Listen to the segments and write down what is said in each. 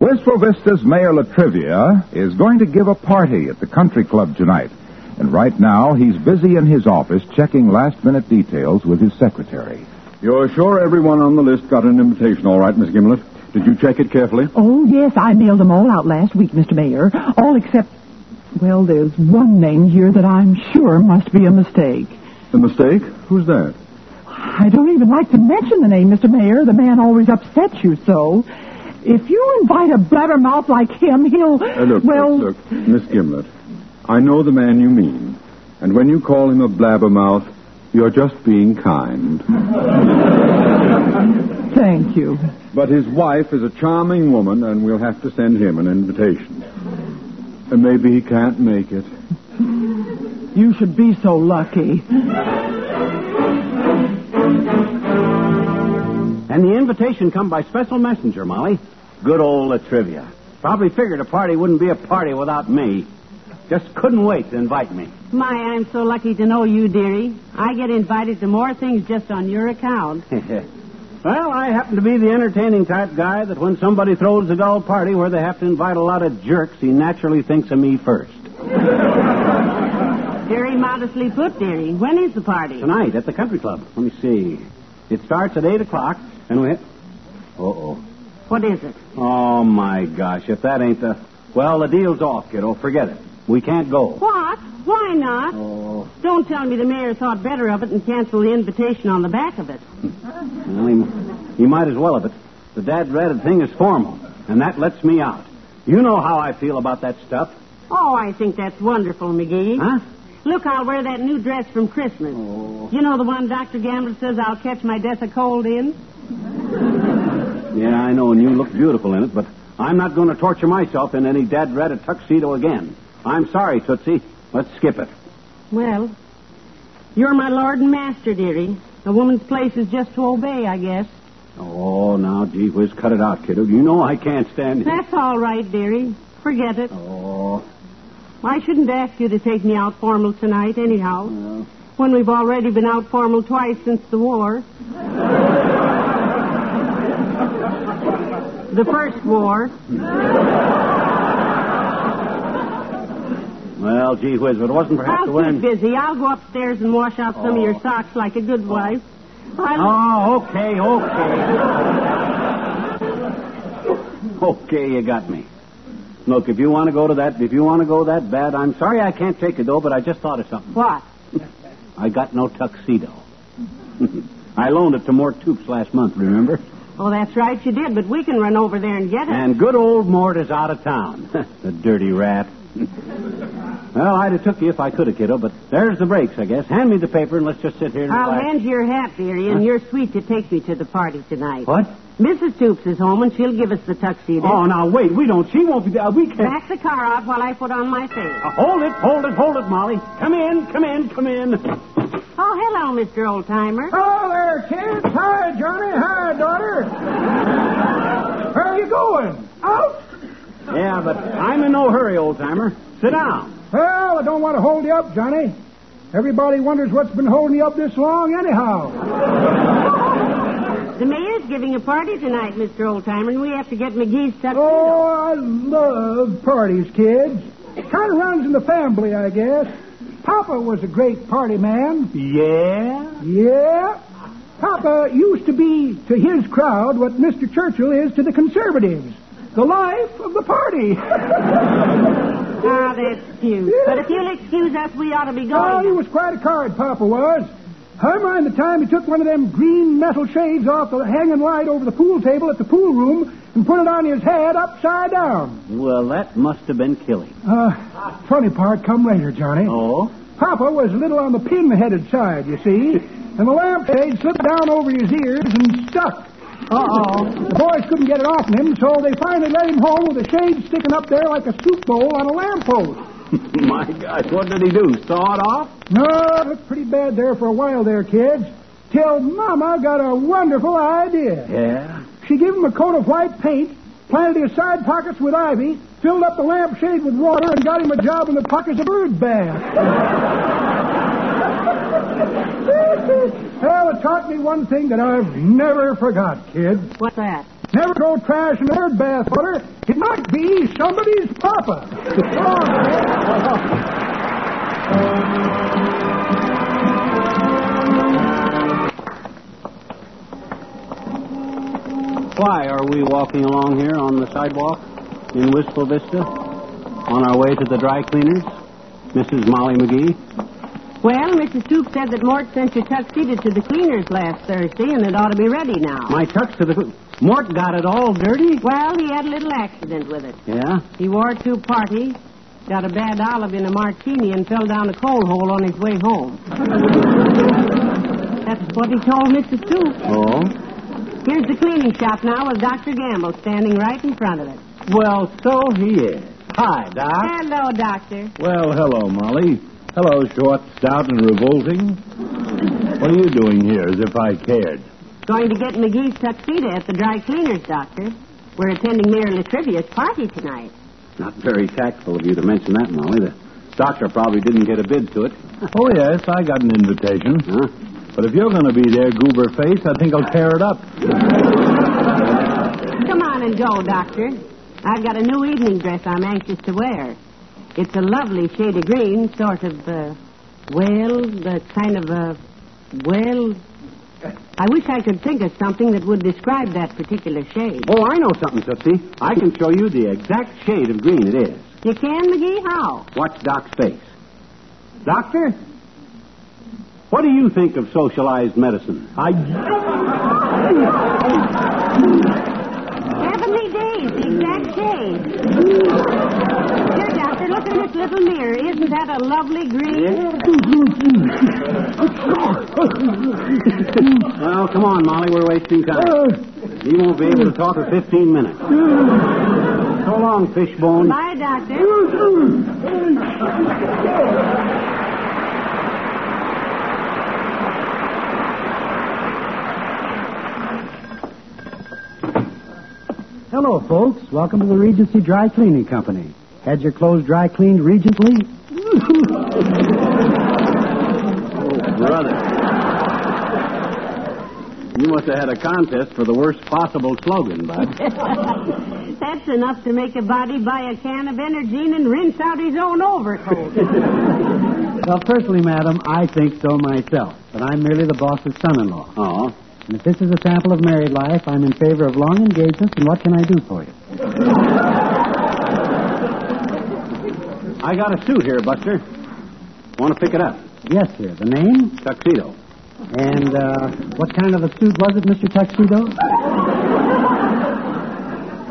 Wistful Vista's Mayor Latrivia is going to give a party at the country club tonight. And right now, he's busy in his office checking last minute details with his secretary. You're sure everyone on the list got an invitation, all right, Miss Gimlet? Did you check it carefully? Oh, yes, I mailed them all out last week, Mr. Mayor. All except, well, there's one name here that I'm sure must be a mistake. A mistake? Who's that? I don't even like to mention the name, Mr. Mayor. The man always upsets you so. If you invite a blabbermouth like him, he'll. Uh, look, well, look, look, Miss Gimlet, I know the man you mean. And when you call him a blabbermouth, you're just being kind. thank you. But his wife is a charming woman, and we'll have to send him an invitation. And maybe he can't make it. You should be so lucky. And the invitation come by special messenger, Molly. Good old Latrivia. Probably figured a party wouldn't be a party without me. Just couldn't wait to invite me. My, I'm so lucky to know you, dearie. I get invited to more things just on your account. well, I happen to be the entertaining type guy that when somebody throws a dull party where they have to invite a lot of jerks, he naturally thinks of me first. Very modestly put, dearie. When is the party? Tonight at the country club. Let me see. It starts at 8 o'clock, and we. Uh oh. What is it? Oh, my gosh. If that ain't the. Well, the deal's off, kiddo. Forget it. We can't go. What? Why not? Oh. Don't tell me the mayor thought better of it and canceled the invitation on the back of it. Well, he, he might as well have it. The dad ratted thing is formal, and that lets me out. You know how I feel about that stuff. Oh, I think that's wonderful, McGee. Huh? Look, I'll wear that new dress from Christmas. You know the one Dr. Gamble says I'll catch my death of cold in? Yeah, I know, and you look beautiful in it, but I'm not going to torture myself in any dad ratted tuxedo again. I'm sorry, Tootsie. Let's skip it. Well, you're my lord and master, dearie. A woman's place is just to obey, I guess. Oh, now, gee whiz, cut it out, kiddo. You know I can't stand it. That's all right, dearie. Forget it. Oh, I shouldn't ask you to take me out formal tonight, anyhow. well. When we've already been out formal twice since the war. the first war. Well, gee whiz, if it wasn't perhaps the I'll wearing... keep busy. I'll go upstairs and wash out some of your socks like a good wife. I Oh, okay, okay. okay, you got me. Look, if you want to go to that, if you want to go that bad, I'm sorry I can't take you though, but I just thought of something. what? I got no tuxedo. I loaned it to Mort Toops last month, remember? Oh, that's right, you did. But we can run over there and get it. And good old Mort is out of town. the dirty rat. well, I'd have took you if I could have, kiddo, but there's the breaks, I guess. Hand me the paper and let's just sit here and I'll relax. hand you your hat, dearie, and you're sweet to take me to the party tonight. What? Mrs. Toops is home, and she'll give us the tuxedo. Oh, now wait, we don't. She won't be there. We can't. Back the car out while I put on my things. Uh, Hold it, hold it, hold it, Molly. Come in, come in, come in. Oh, hello, Mr. Oldtimer. Hello there, kids. Hi, Johnny. Hi, daughter. Where are you going? Out? Yeah, but I'm in no hurry, old timer. Sit down. Well, I don't want to hold you up, Johnny. Everybody wonders what's been holding you up this long, anyhow. The mayor's giving a party tonight, Mr. Oldtimer, and we have to get McGee's tuxedo. Oh, I love parties, kids. Kind of runs in the family, I guess. Papa was a great party man. Yeah? Yeah. Papa used to be to his crowd what Mr. Churchill is to the conservatives. The life of the party. Ah, that's cute. But if you'll excuse us, we ought to be Oh, he going. was quite a card, Papa was. I mind the time he took one of them green metal shades off the hanging light over the pool table at the pool room and put it on his head upside down. Well, that must have been killing. Uh, funny part come later, Johnny. Oh? Papa was a little on the pin-headed side, you see, and the lampshade slipped down over his ears and stuck. Uh-oh. The boys couldn't get it off him, so they finally let him home with the shade sticking up there like a soup bowl on a lamppost. My gosh, what did he do? Saw it off? No, it looked pretty bad there for a while there, kids. Till Mama got a wonderful idea. Yeah? She gave him a coat of white paint, planted his side pockets with ivy, filled up the lampshade with water, and got him a job in the pockets of bird bath. well, it taught me one thing that I've never forgot, kid. What's that? Never go trashing her bathwater. It might be somebody's papa. Why are we walking along here on the sidewalk in Wistful Vista? On our way to the dry cleaners? Mrs. Molly McGee? Well, Mrs. Soup said that Mort sent your tuxedo to the cleaners last Thursday, and it ought to be ready now. My tux to the. Mort got it all dirty? Well, he had a little accident with it. Yeah? He wore two party, got a bad olive in a martini, and fell down a coal hole on his way home. That's what he told Mrs. Soup. Oh? Here's the cleaning shop now with Dr. Gamble standing right in front of it. Well, so he is. Hi, Doc. Hello, Doctor. Well, hello, Molly. Hello, short, stout, and revolting. What are you doing here, as if I cared? Going to get McGee's tuxedo at the dry cleaners, Doctor. We're attending Mayor Latrivia's party tonight. Not very tactful of you to mention that, Molly. The doctor probably didn't get a bid to it. Oh, yes, I got an invitation. Huh? But if you're going to be there, goober face, I think I'll tear it up. Come on and go, Doctor. I've got a new evening dress I'm anxious to wear. It's a lovely shade of green, sort of, uh, well, the kind of, uh, well. I wish I could think of something that would describe that particular shade. Oh, I know something, Tootsie. I can show you the exact shade of green it is. You can, McGee? How? Watch Doc's face. Doctor, what do you think of socialized medicine? I. Heavenly days, the exact shade. Here, Doctor, look in this little mirror. Isn't that a lovely green? Well, come on, Molly. We're wasting time. Uh. You won't be able to talk for 15 minutes. So long, fishbone. Bye, Doctor. Hello, folks. Welcome to the Regency Dry Cleaning Company. Had your clothes dry cleaned regently? Brother. You must have had a contest for the worst possible slogan, Bud. That's enough to make a body buy a can of Energene and rinse out his own overcoat. Well, personally, madam, I think so myself, but I'm merely the boss's son-in-law. Oh. And if this is a sample of married life, I'm in favor of long engagements, and what can I do for you? I got a suit here, Buster. Want to pick it up? Yes, sir. The name? Tuxedo. And, uh, what kind of a suit was it, Mr. Tuxedo?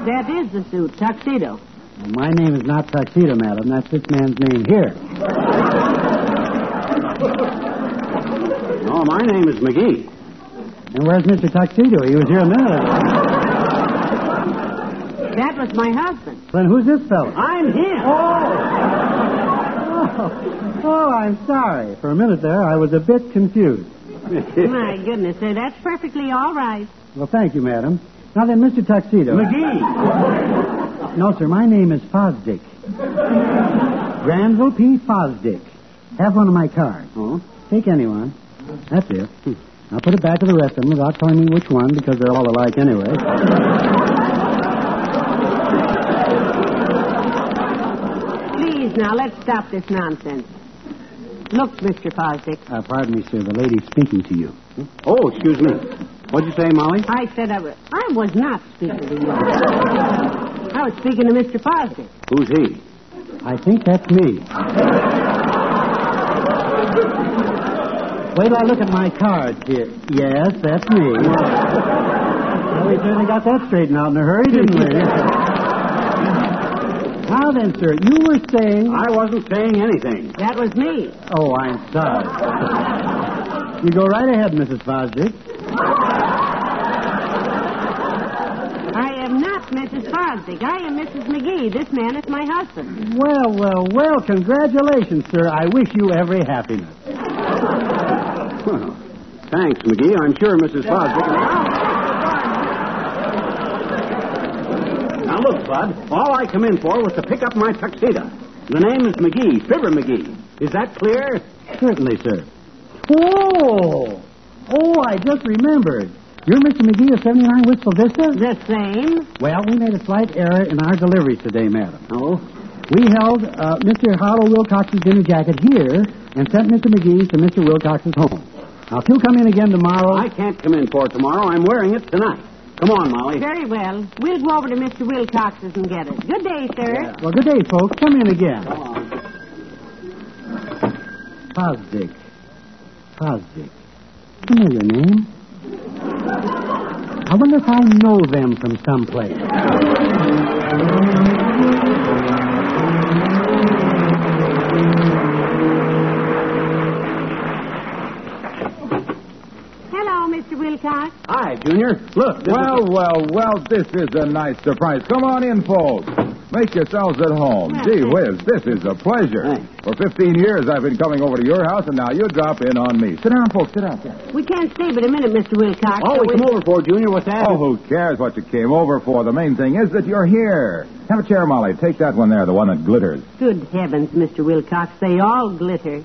that is the suit, tuxedo. Well, my name is not Tuxedo, madam. That's this man's name here. No, Oh, my name is McGee. And where's Mr. Tuxedo? He was here a minute ago. That was my husband. Then who's this fellow? I'm him. Oh, oh, I'm sorry. For a minute there, I was a bit confused. My goodness, sir, that's perfectly all right. Well, thank you, madam. Now then, Mr. Tuxedo. McGee. No, sir, my name is Fosdick. Granville P. Fosdick. Have one of my cards. Oh. Take anyone. That's it. I'll put it back to the rest of them without telling me which one because they're all alike anyway. Please, now, let's stop this nonsense. Look, Mr. Fosdick, Uh, pardon me, sir. The lady's speaking to you. Oh, excuse me. What'd you say, Molly? I said I was... I was not speaking to you. I was speaking to Mr. Fosdick. Who's he? I think that's me. Wait till I look at my cards here. Yes, that's me. well, we certainly got that straightened out in a hurry, didn't we? now then, sir, you were saying. I wasn't saying anything. That was me. Oh, I'm sorry. you go right ahead, Mrs. Fosdick. I am not Mrs. Fosdick. I am Mrs. McGee. This man is my husband. Well, well, well, congratulations, sir. I wish you every happiness. Well, thanks, McGee. I'm sure Mrs. Fosdick. Now look, Bud. All I come in for was to pick up my tuxedo. The name is McGee, Fibber McGee. Is that clear? Certainly, sir. Oh! Oh, I just remembered. You're Mr. McGee of 79 Wistful Vista? The same. Well, we made a slight error in our delivery today, madam. Oh, We held uh, Mr. Harlow Wilcox's dinner jacket here and sent Mr. McGee to Mr. Wilcox's home. Now, if you'll come in again tomorrow... I can't come in for it tomorrow. I'm wearing it tonight. Come on, Molly. very well. We'll go over to Mr. Wilcox's and get it. Good day, sir. Well, good day, folks. Come in again. Fosdick. Fosdick. Familiar name. I wonder if I know them from someplace. Hello, Mr. Wilcox. Hi, Junior. Look. this is- Well, well, well, this is a nice surprise. Come on in, folks. Make yourselves at home. Gee whiz, this is a pleasure. For 15 years, I've been coming over to your house, and now you drop in on me. Sit down, folks, sit down. Sit down. We can't stay but a minute, Mr. Wilcox. Oh, so we come over for, Junior. What's that? Oh, who cares what you came over for? The main thing is that you're here. Have a chair, Molly. Take that one there, the one that glitters. Good heavens, Mr. Wilcox, they all glitter.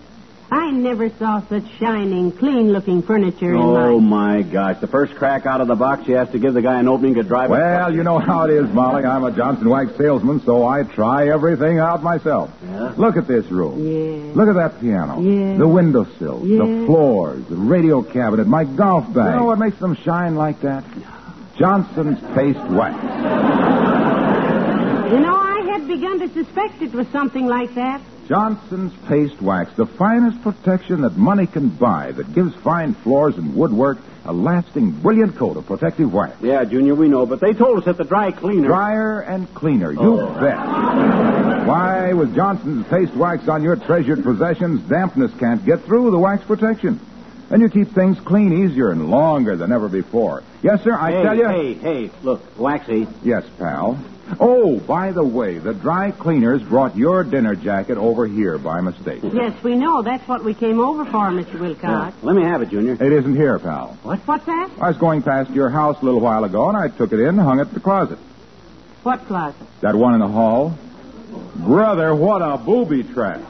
I never saw such shining, clean-looking furniture Oh, in my... my gosh. The first crack out of the box, you have to give the guy an opening to drive it. Well, you know how it is, Molly. I'm a Johnson Wax salesman, so I try everything out myself. Look at this room. Yeah. Look at that piano. Yeah. The windowsill. The Yeah. floors. The radio cabinet. My golf bag. You know what makes them shine like that? Johnson's paste wax. You know, I had begun to suspect it was something like that. Johnson's paste wax, the finest protection that money can buy that gives fine floors and woodwork a lasting, brilliant coat of protective wax. Yeah, Junior, we know, but they told us at the dry cleaner. Drier and cleaner, you bet. Why, with Johnson's paste wax on your treasured possessions, dampness can't get through the wax protection. And you keep things clean easier and longer than ever before. Yes, sir, I Hey, tell you. hey, hey, look, Waxy. Yes, pal. Oh, by the way, the dry cleaners brought your dinner jacket over here by mistake. Yes, we know. That's what we came over for, Mr. Wilcox. Let me have it, Junior. It isn't here, pal. What? What's that? I was going past your house a little while ago, and I took it in and hung it in the closet. What closet? That one in the hall? Brother, what a booby trap.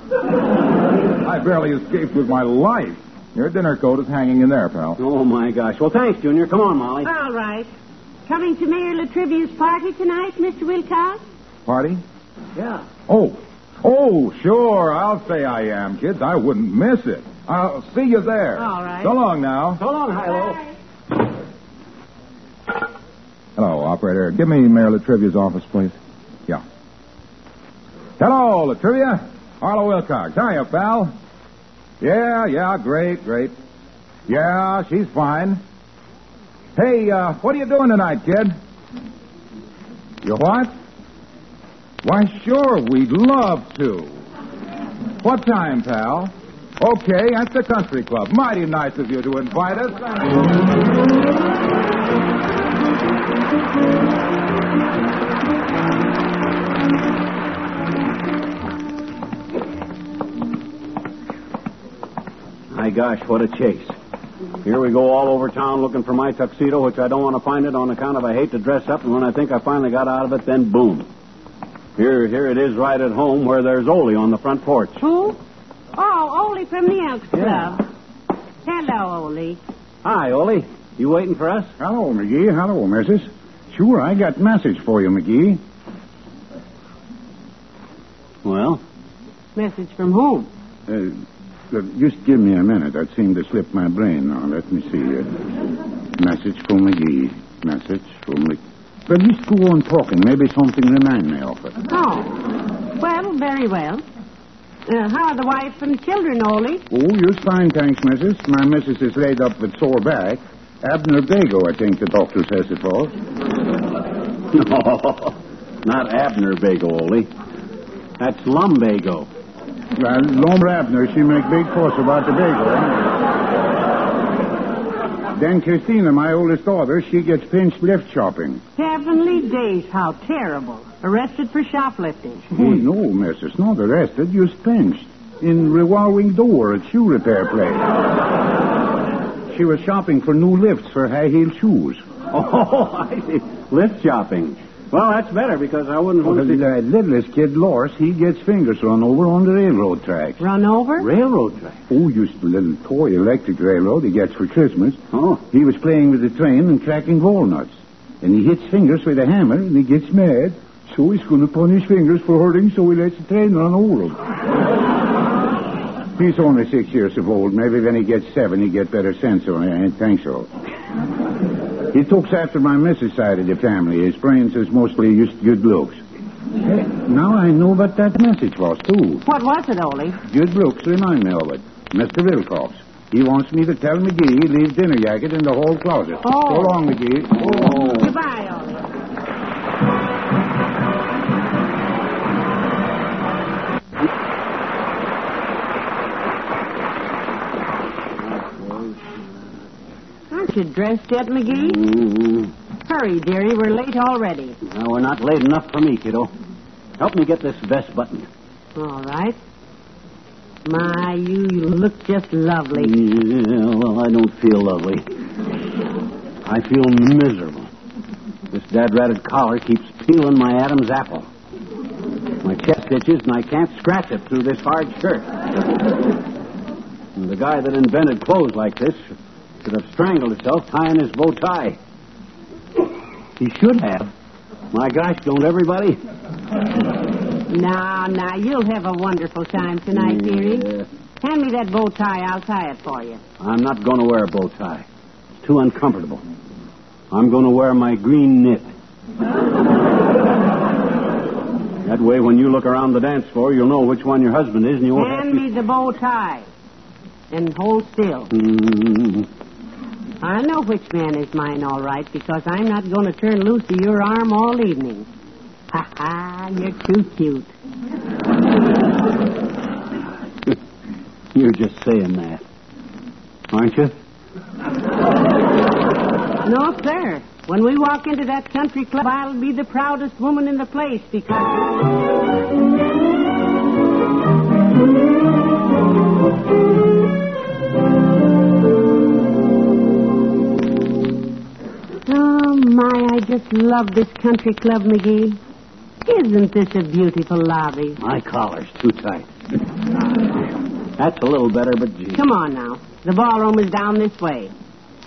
I barely escaped with my life. Your dinner coat is hanging in there, pal. Oh, my gosh. Well, thanks, Junior. Come on, Molly. All right. Coming to Mayor Latrivia's party tonight, Mr. Wilcox? Party? Yeah. Oh. Oh, sure. I'll say I am, kids. I wouldn't miss it. I'll see you there. All right. So long now. So long, Hilo. Hello, operator. Give me Mayor Latrivia's office, please. Yeah. Hello, Latrivia. Harlow Wilcox. Hiya, pal. Yeah, yeah, great, great. Yeah, she's fine. Hey, uh, what are you doing tonight, kid? You what? Why, sure, we'd love to. What time, pal? Okay, at the country club. Mighty nice of you to invite us. My gosh, what a chase. Here we go all over town looking for my tuxedo, which I don't want to find it on account of I hate to dress up, and when I think I finally got out of it, then boom. Here, here it is right at home where there's Ole on the front porch. Who? Oh, Ole from the Elks Yeah. Club. Hello, Ole. Hi, Ole. You waiting for us? Hello, McGee. Hello, Mrs. Sure, I got message for you, McGee. Well, Message from whom? Uh, look, just give me a minute. That seemed to slip my brain. Now, let me see here. Oh, Message for McGee. Message for McGee. Well, just go on talking. Maybe something remind me of it. Oh. Well, very well. Uh, how are the wife and children, Ole? Oh, you're fine, thanks, Mrs. My missus is laid up with sore back. Abnerbago, I think the doctor says it was. no, not Abner Bagel, Ole. That's Lumbago. Well, Lomra Abner, she make big fuss about the bagel. huh? eh? then Christina, my oldest daughter, she gets pinched lift shopping. Heavenly days, how terrible. Arrested for shoplifting. Oh, no, Mrs. Not arrested, just pinched. In revolving door at shoe repair place. she was shopping for new lifts for high heel shoes. Oh, I see. Lift shopping. Well, that's better because I wouldn't Well, want to. that littlest kid, Loris, he gets fingers run over on the railroad tracks. Run over? Railroad track. Oh, used the little toy electric railroad he gets for Christmas. Oh. He was playing with the train and cracking walnuts. And he hits fingers with a hammer and he gets mad. So he's going to punish fingers for hurting, so he lets the train run over him. he's only six years of old. Maybe when he gets seven, he get better sense. Or I ain't think so. he looks after my missus side of the family. His brains is mostly just good looks. Hey, now I know what that message was, too. What was it, Ole? Good Brooks remind me of it. Mr. Wilcox. He wants me to tell McGee he leaves dinner jacket in the hall closet. Oh. So long, McGee. Goodbye, Ole. Aren't you dressed yet, McGee? mm Hurry, dearie. We're late already. Well, we're not late enough for me, kiddo. Help me get this vest buttoned. All right. My, you, you look just lovely. Yeah, well, I don't feel lovely. I feel miserable. This dad ratted collar keeps peeling my Adam's apple. My chest itches, and I can't scratch it through this hard shirt. And the guy that invented clothes like this should have strangled himself tying his bow tie. He should have. My gosh, don't everybody? Now, now, you'll have a wonderful time tonight, dearie. Yeah. Hand me that bow tie. I'll tie it for you. I'm not going to wear a bow tie. It's too uncomfortable. I'm going to wear my green knit. that way, when you look around the dance floor, you'll know which one your husband is, and you won't Hand me the bow tie. And hold still. have to. Mm, I know which man is mine, all right, because I'm not going to turn loose of your arm all evening. Ha ha, you're too cute. Hmm, You're just saying that, aren't you? No, sir. When we walk into that country club, I'll be the proudest woman in the place because. Oh, my, I just love this country club, McGee. Isn't this a beautiful lobby? My collar's too tight. That's a little better, but gee. Come on now. The ballroom is down this way.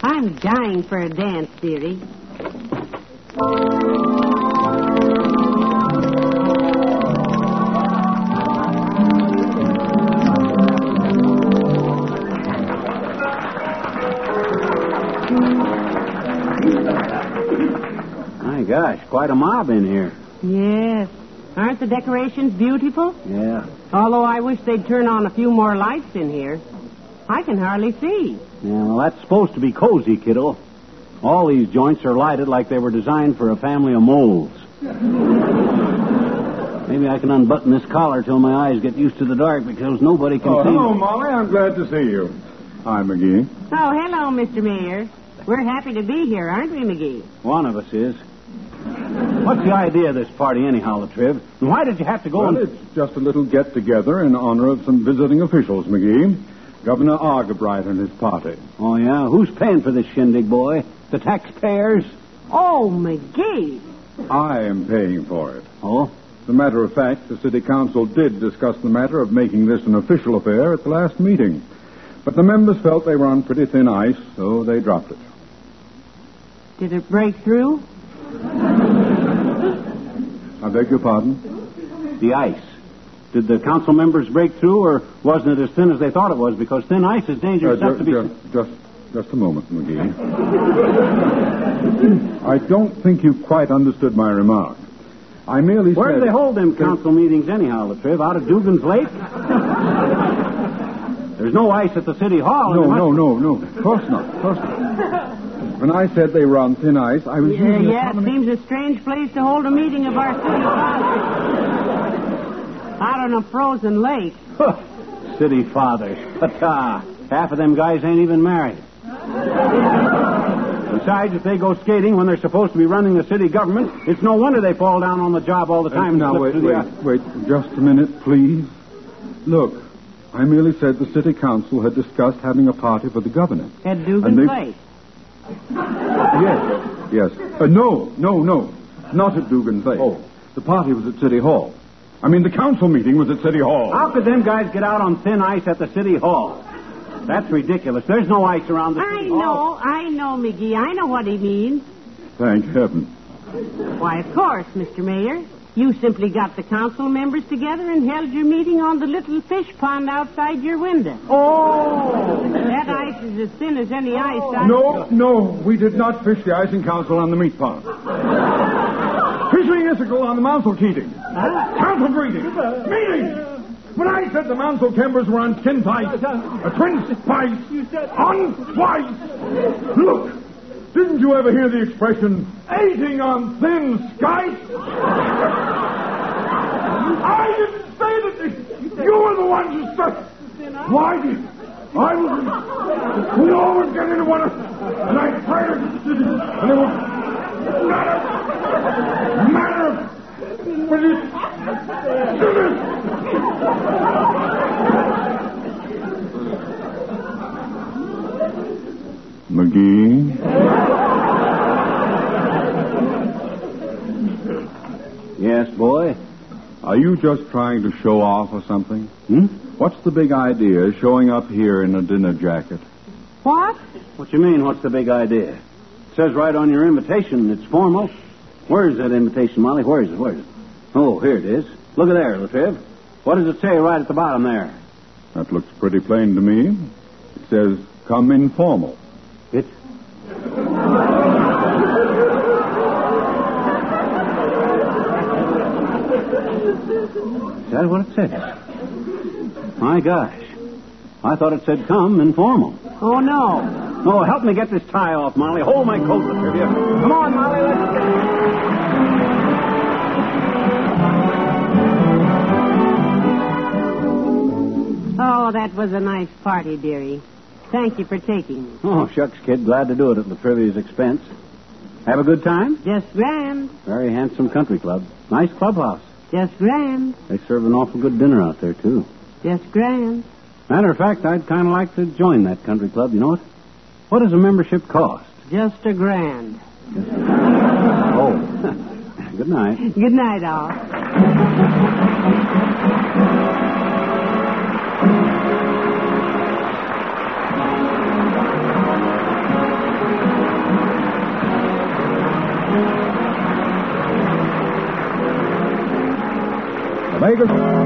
I'm dying for a dance, dearie. My gosh, quite a mob in here. Yes. Aren't the decorations beautiful? Yeah, Although I wish they'd turn on a few more lights in here. I can hardly see. Yeah, well, that's supposed to be cozy, kiddo. All these joints are lighted like they were designed for a family of moles. Maybe I can unbutton this collar till my eyes get used to the dark because nobody can Oh, see. hello, Molly. I'm glad to see you. Hi, McGee. Oh, hello, Mr. Mayor. We're happy to be here, aren't we, McGee? One of us is. What's the idea of this party, anyhow, Latriv? And why did you have to go Well, and. it's just a little get together in honor of some visiting officials, McGee. Governor Argabright and his party. Oh, yeah? Who's paying for this shindig, boy? The taxpayers? Oh, McGee. I am paying for it. Oh? As a matter of fact, the city council did discuss the matter of making this an official affair at the last meeting. But the members felt they were on pretty thin ice, so they dropped it. Did it break through? I beg your pardon? The ice. Did the council members break through, or wasn't it as thin as they thought it was? Because thin ice is Uh, dangerous enough to ju- be. ju- just, just a moment, McGee. I don't think you quite understood my remark. I merely Where do said... they hold them council meetings anyhow, Latriv? Out of Dugan's Lake? There's no ice at the city Oh, hall. No, and it no, must- no, no. Of course not. Of course not. When I said they were on thin ice, I was Yeah, using yeah, a it common... seems a strange place to hold a meeting of our city fathers. Out on a frozen lake. Huh. City fathers. Ta-ta. Half of them guys ain't even married. Besides, if they go skating when they're supposed to be running the city government, it's no wonder they fall down on the job all the Uh, time. and now, slip wait, through wait, the- wait. Just a minute, please. Look, I merely said the city council had discussed having a party for the governor. At And Dugan's they- Lake. Yes, yes. Uh, no, no, no. Not at Dugan Place. Oh. The party was at City Hall. I mean, the council meeting was at City Hall. Ah. How could them guys get out on thin ice at the city hall? That's ridiculous. There's no ice around the I city hall. know, I know, McGee. I know what he means. Thank heaven. Why, of course, Mr. Mayor. You simply got the council members together and held your meeting on the little fish pond outside your window. Oh! That ice is as thin as any ice. I... No, no, we did not fish the ice in council on the meat pond. Fishing Icicle on the council meeting. Council greeting. Meeting. When I said the council timbers were on tin pipe, a twin spice, on twice. Look, didn't you ever hear the expression, aging on thin skies? I didn't say that. You were the ones who stuck. Why did I was. We always get into one, and I tired of the city, and it was matter, matter, but it, McGee? Yes, boy. Are you just trying to show off or something? Hmm? What's the big idea showing up here in a dinner jacket? What? What you mean, what's the big idea? It says right on your invitation, it's formal. Where is that invitation, Molly? Where is it? Where is it? Oh, here it is. Look at there, Latriv. What does it say right at the bottom there? That looks pretty plain to me. It says, come informal. It. Is that what it says? My gosh. I thought it said come informal. Oh, no. No, help me get this tie off, Molly. Hold my coat, Latrivia. Come on, Molly, let's get Oh, that was a nice party, dearie. Thank you for taking me. Oh, shucks, kid. Glad to do it at Latrivia's expense. Have a good time? Just grand. Very handsome country club. Nice clubhouse. Just grand. They serve an awful good dinner out there, too. Just grand. Matter of fact, I'd kind of like to join that country club, you know it? What does a membership cost? Just a grand. Oh. good night. Good night, all. The Vegas.